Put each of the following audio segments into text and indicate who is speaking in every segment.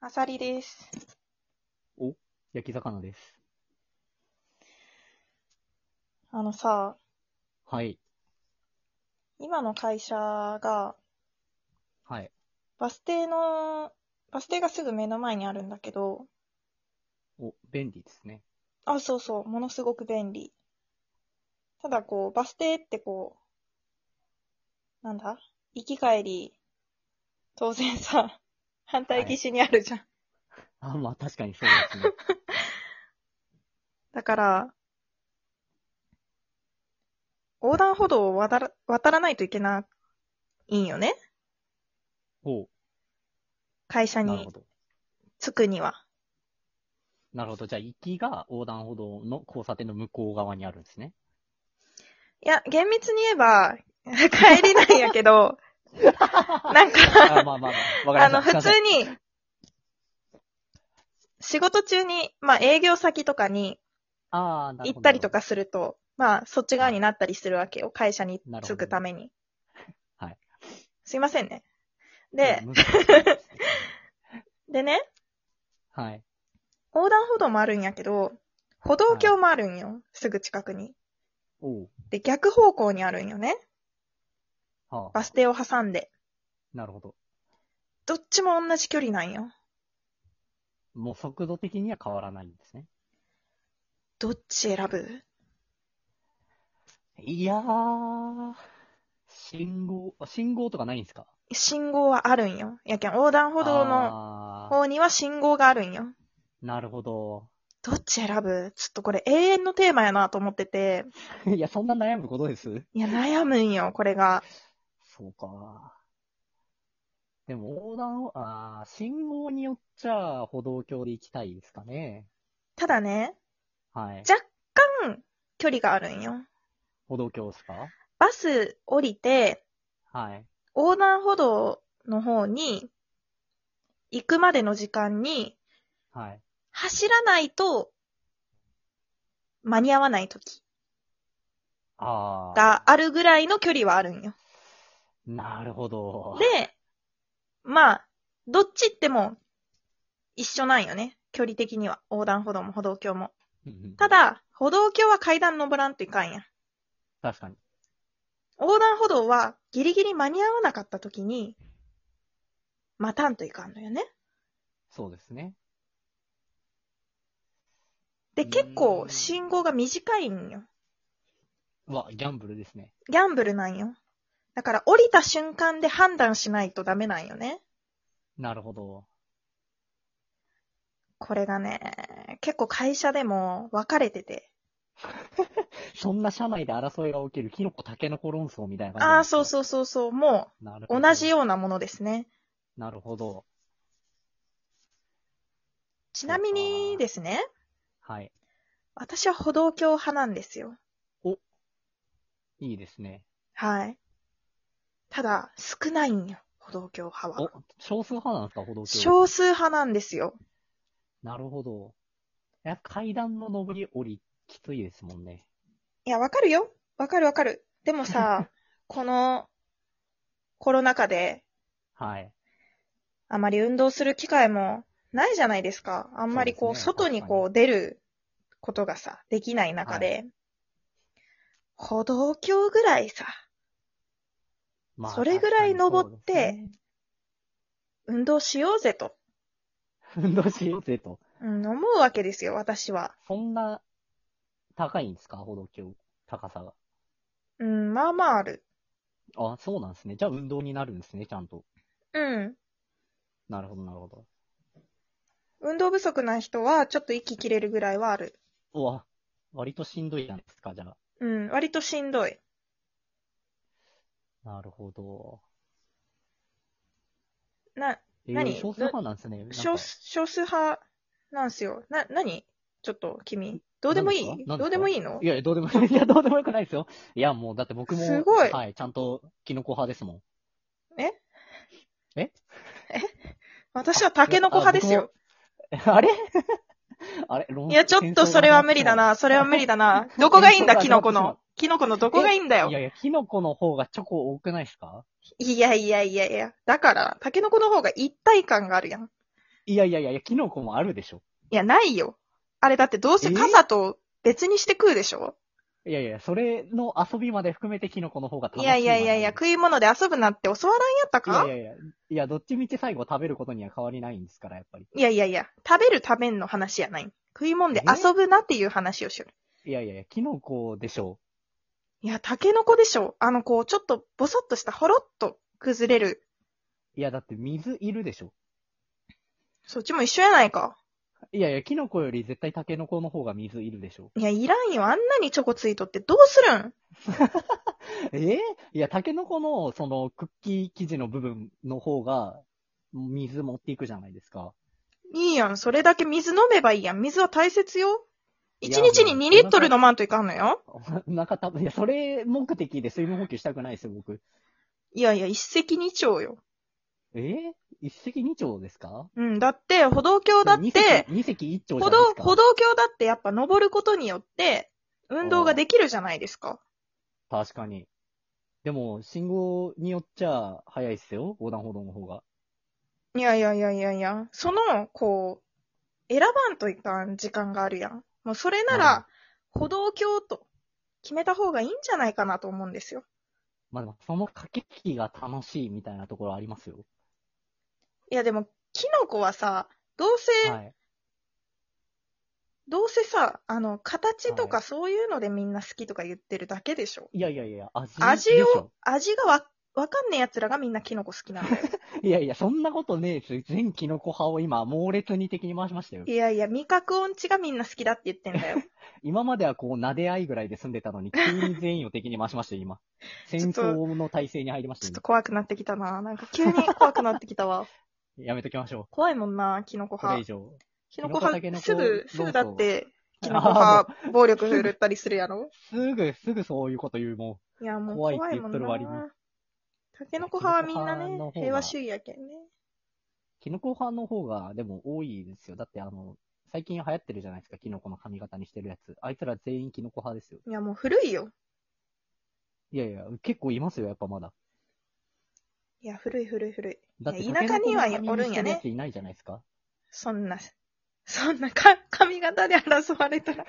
Speaker 1: あさりです。
Speaker 2: 焼き魚です。
Speaker 1: あのさ、
Speaker 2: はい。
Speaker 1: 今の会社が、
Speaker 2: はい。
Speaker 1: バス停の、バス停がすぐ目の前にあるんだけど、
Speaker 2: お、便利ですね。
Speaker 1: あ、そうそう、ものすごく便利。ただこう、バス停ってこう、なんだ行き帰り、当然さ、 反対岸にあるじゃん。
Speaker 2: あ、まあ確かにそうです ね。
Speaker 1: だから、横断歩道を渡ら渡らないといけないんよね
Speaker 2: お
Speaker 1: 会社
Speaker 2: なる
Speaker 1: に
Speaker 2: ほど。
Speaker 1: 着くには。
Speaker 2: なるほど。じゃあ、行きが横断歩道の交差点の向こう側にあるんで すね。
Speaker 1: いや、厳密に言えば、 帰りなんやけ ど、なん
Speaker 2: あ、まあ
Speaker 1: か、
Speaker 2: まあまあ。わか
Speaker 1: あ
Speaker 2: りま
Speaker 1: の、
Speaker 2: した。
Speaker 1: 普通
Speaker 2: すいま
Speaker 1: に、仕事中に、まあ営業先とかに
Speaker 2: せんあーなる
Speaker 1: 行
Speaker 2: ほど。
Speaker 1: ったりとかすると、まあそっち側になったりするわけよ。会社に
Speaker 2: なるほ
Speaker 1: 着
Speaker 2: ど
Speaker 1: くために。
Speaker 2: はい。
Speaker 1: すいませんね。
Speaker 2: なる
Speaker 1: で、
Speaker 2: ほど。うん難しいですね
Speaker 1: でね、
Speaker 2: はい。
Speaker 1: 横断歩道もあるんやけど、歩道橋もあるんよ。すぐ近くに。
Speaker 2: おう。
Speaker 1: で、逆方向にあるんよね。
Speaker 2: はあ
Speaker 1: バ。ス停を挟んで。
Speaker 2: なるほど。
Speaker 1: どっちも同じ距離なんよ。
Speaker 2: もう速度的には変わらないんですね。
Speaker 1: どっち選ぶ
Speaker 2: いやー。信号、あ信号とかないんですか
Speaker 1: 信号はあるんよ。やけん、横断歩道の
Speaker 2: の。
Speaker 1: 方には信号があるんよ。
Speaker 2: なるほど。
Speaker 1: どっち選ぶちょっとこれ永遠のテーマやなと思ってて。
Speaker 2: いや、そんな悩むことです
Speaker 1: いや、悩むんよ、これが。
Speaker 2: そうか。でも横断を、ああ、信号によっちゃ歩道橋で行きたいですかね。
Speaker 1: ただね、
Speaker 2: はい。
Speaker 1: 若干距離があるんよ。
Speaker 2: 歩道橋ですか
Speaker 1: バス降りて、
Speaker 2: はい。
Speaker 1: 横断歩道の方に行くまでの時間に
Speaker 2: はい。
Speaker 1: 走らないと間に合わない時
Speaker 2: ああ。
Speaker 1: があるぐらいの距離はあるんよ。
Speaker 2: なるほど。
Speaker 1: で、まあ、どっち行っても一緒なんよね。距離的には。横断歩道も歩道橋も。
Speaker 2: うん
Speaker 1: ただ、歩道橋は階段登らんといかんやん。
Speaker 2: 確かに。
Speaker 1: 横断歩道はギリギリ間に合わなかった時に、待たんといかんのよね。
Speaker 2: そうですね。
Speaker 1: で、結構
Speaker 2: うん
Speaker 1: 信号が短いんよ。
Speaker 2: うわ、ギャンブルですね。
Speaker 1: ギャンブルなんよ。だから降りた瞬間で判断しないとダメなんよね。
Speaker 2: なるほど。
Speaker 1: これがね、結構会社でも分かれてて。
Speaker 2: そんな社内で争いが起きるキノコタケノコ論争みたいな感じ
Speaker 1: ああー、そう
Speaker 2: う。
Speaker 1: そうそうそう。も
Speaker 2: なるほ
Speaker 1: う
Speaker 2: ど。
Speaker 1: 同じ。ようなものですね。
Speaker 2: なるほど。
Speaker 1: ちなみにですね、
Speaker 2: はい。
Speaker 1: 私は歩道橋派なんですよ。
Speaker 2: いいですね。
Speaker 1: はい。ただ、少ないんよ、歩道橋派
Speaker 2: お
Speaker 1: は。、
Speaker 2: 少数派なんですか歩道橋。
Speaker 1: 少数派なんですよ。
Speaker 2: なるほど。いや階段の上り降り、きついですもんね。
Speaker 1: いや、わかるよ。わかるわかる。でもさ、 このコロナ禍で
Speaker 2: はい。
Speaker 1: あまり運動する機会もないじゃないですか。あんまりこう、
Speaker 2: そうですね
Speaker 1: 外にこう出ることがさ、できない中で、歩道橋ぐらいさ、
Speaker 2: ま
Speaker 1: それぐらい登って、
Speaker 2: 確
Speaker 1: 運動しようぜと、
Speaker 2: かにそうですね運動しようぜと。
Speaker 1: うん、思うわけですよ、私は。
Speaker 2: そんな、高いんですか歩道橋、高さが。
Speaker 1: うん、まあまあある。
Speaker 2: あ、そうなんですね。じゃあ運動になるんですね、ちゃんと。
Speaker 1: うん。
Speaker 2: なるほど、なるほど。
Speaker 1: 運動不足な人は、ちょっと息切れるぐらいはある。
Speaker 2: うわ、割としんどいじゃないですか、じゃあ。
Speaker 1: うん、割としんどい。
Speaker 2: なるほど。
Speaker 1: な、
Speaker 2: えー
Speaker 1: 何
Speaker 2: 少数派なんですね。なんか
Speaker 1: 少少数派なんすよ。な、何ちょっと、君。どうでもい
Speaker 2: 何で
Speaker 1: い
Speaker 2: すか何ですか
Speaker 1: どうでもいいの
Speaker 2: いやいや、どうでも いい。いや、どうでもよくないですよ。いや、もう、だって僕も、
Speaker 1: すごい
Speaker 2: はい、ちゃんと、キノコ派ですもん。
Speaker 1: 私はタケノコ派ですよ。
Speaker 2: あれあれ
Speaker 1: いや、ちょっとそれは無理だ。な。それは無理だな。どこがいいんだ、キノコの。キノコのどこがいいんだよ
Speaker 2: いや。いや、キノコの方がチョコ多くないですか
Speaker 1: いやいやいやいや。だから、タケノコの方が一体感があるやん。
Speaker 2: いやいやいやいや、キノコもあるでしょ。
Speaker 1: いや、ないよ。あれだってどうせ
Speaker 2: え
Speaker 1: 傘と別にして食うでしょ
Speaker 2: いやいや、それの遊びまで含めてキノコの方が楽し
Speaker 1: い
Speaker 2: いわ
Speaker 1: や
Speaker 2: ね。
Speaker 1: いやいやいや、食い物で遊ぶなって教わらんやったか
Speaker 2: いやいやいや、いや、どっちみち最後食べることには変わりないんですから、やっぱり。
Speaker 1: いやいやいや、食べるための話やない。食い物で
Speaker 2: え
Speaker 1: 遊ぶなっていう話をしよる。
Speaker 2: いやいやいや、キノコでしょ
Speaker 1: いや、タケノコでしょ。あの、こう、ちょっとボソッとした、ほろっと崩れる。
Speaker 2: う。いや、だって水いるでしょ。
Speaker 1: そっちも一緒やないか。
Speaker 2: いやいや、キノコより絶対タケノコの方が水いるでしょ。
Speaker 1: いや、いらんよ。あんなにチョコついとってどうするん
Speaker 2: えーいや、タケノコの、その、クッキー生地の部分の方が、水持っていくじゃないですか。
Speaker 1: いいやん。それだけ水飲めばいいやん。水は大切よ。
Speaker 2: い
Speaker 1: 一
Speaker 2: や
Speaker 1: 日に
Speaker 2: もう
Speaker 1: 2リットル飲まんといかんのよ。
Speaker 2: お腹たぶ、いや、それ目的で水分補給したくないですよ、僕。
Speaker 1: いやいや、一石二鳥よ。
Speaker 2: えー一石二鳥ですか
Speaker 1: うん。だって、歩道橋だっ
Speaker 2: 二
Speaker 1: て
Speaker 2: 石、二石一鳥じ
Speaker 1: 歩
Speaker 2: ゃないで
Speaker 1: 道、
Speaker 2: すか。
Speaker 1: 歩道橋だってやっぱ登ることによって、運動ができるじゃないですか。
Speaker 2: 確かに。でも、信号によっちゃ早いっすよ、横断歩道の方が。
Speaker 1: いやいやいやいやいや、その、こう、選ばんといかん時間があるやん。もうそれなら、歩道橋と決めた方がいいんじゃないかなと思うんですよ。
Speaker 2: まあでも、その駆け引きが楽しいみたいなところありますよ。
Speaker 1: いやでも、キノコはさ、どうせ、
Speaker 2: はい。
Speaker 1: どうせさ、あの、形と
Speaker 2: は
Speaker 1: かそういうのでみんな好きとか言ってるだけでしょ。
Speaker 2: いやいやいや、味
Speaker 1: 味
Speaker 2: でし
Speaker 1: を
Speaker 2: ょ。、
Speaker 1: 味がわ、わかんねえ奴らがみんなキノコ好き なんだよ。
Speaker 2: いやいや、そんなことねえです。全キノコ派を今、猛烈に敵に回しましたよ。
Speaker 1: いやいや、味覚音痴がみんな好きだって言ってんだよ。
Speaker 2: 今まではこう、撫で合いぐらいで済んでたのに、急に全員を敵に回しました よ、今。戦争の体制に入りまし
Speaker 1: ち
Speaker 2: た
Speaker 1: ょっ
Speaker 2: よ
Speaker 1: と怖くなってきたな。なんか急に怖くなってきた わ。
Speaker 2: 今。やめときましょ
Speaker 1: 怖いもんな、キノコ
Speaker 2: う。これ以
Speaker 1: 派。
Speaker 2: 上。
Speaker 1: キノコ
Speaker 2: キノ
Speaker 1: 派、
Speaker 2: コ
Speaker 1: す
Speaker 2: タケノ
Speaker 1: ぐ
Speaker 2: コ、
Speaker 1: すぐだって、
Speaker 2: 論争
Speaker 1: キノコ派、暴力振るったりするやろ
Speaker 2: すぐ、すぐそういうこと言う、も
Speaker 1: いや、もう
Speaker 2: 怖いって
Speaker 1: 怖いもん
Speaker 2: 言っとる割に
Speaker 1: な。タケノコ派はみんな
Speaker 2: キ
Speaker 1: ね、
Speaker 2: ノコ派の方が
Speaker 1: 平和主義やけんね。
Speaker 2: う。キノコ派の方が、でも多いですよ。だって、あの、最近流行ってるじゃないですか、キノコの髪型にしてるやつ。あいつら全員キノコ派ですよ。
Speaker 1: いや、もう古いよ。
Speaker 2: いやいや、結構いますよ、やっぱまだ。
Speaker 1: いや、古い古い古い。
Speaker 2: だって、
Speaker 1: いや田舎にはおるんやね
Speaker 2: タケノコの髪にしてやついないじゃないですか。
Speaker 1: そんな、そんなか、髪型で争われた ら。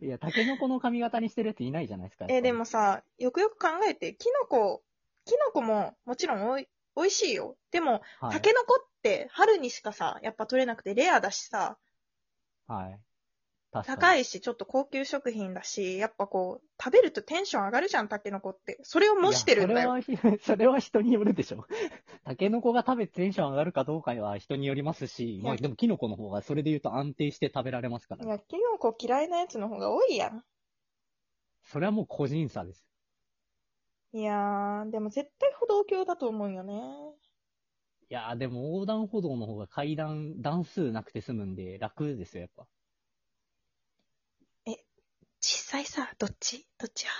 Speaker 2: いや、タケノコの髪型にしてるやついないじゃないですか。やっぱり
Speaker 1: え、でも、さ、よくよく考えて、キノコ、キノコももちろんおい、美味しいよ。でも、
Speaker 2: はい、
Speaker 1: タケノコって春にしかさ、やっぱ取れなくてレアだしさ、
Speaker 2: はい。確かに
Speaker 1: 高いし、ちょっと高級食品だし、やっぱこう、食べるとテンション上がるじゃん、タケノコって。それを模してるんだよ。
Speaker 2: いやそれは、 それは人によるでしょ。タケノコが食べてテンション上がるかどうかは人によりますし、まあ
Speaker 1: いや
Speaker 2: でもキノコの方がそれで言うと安定して食べられますから。
Speaker 1: いや、キノコ嫌いなやつの方が多いやん。
Speaker 2: それはもう個人差です。
Speaker 1: いやー、でも絶対歩道橋だと思うよね。
Speaker 2: いやーでも横断歩道の方が階段、段数なくて済むんで楽ですよ、やっぱ。
Speaker 1: 実際さ、どっちどっちや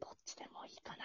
Speaker 2: どっちでもいいかな。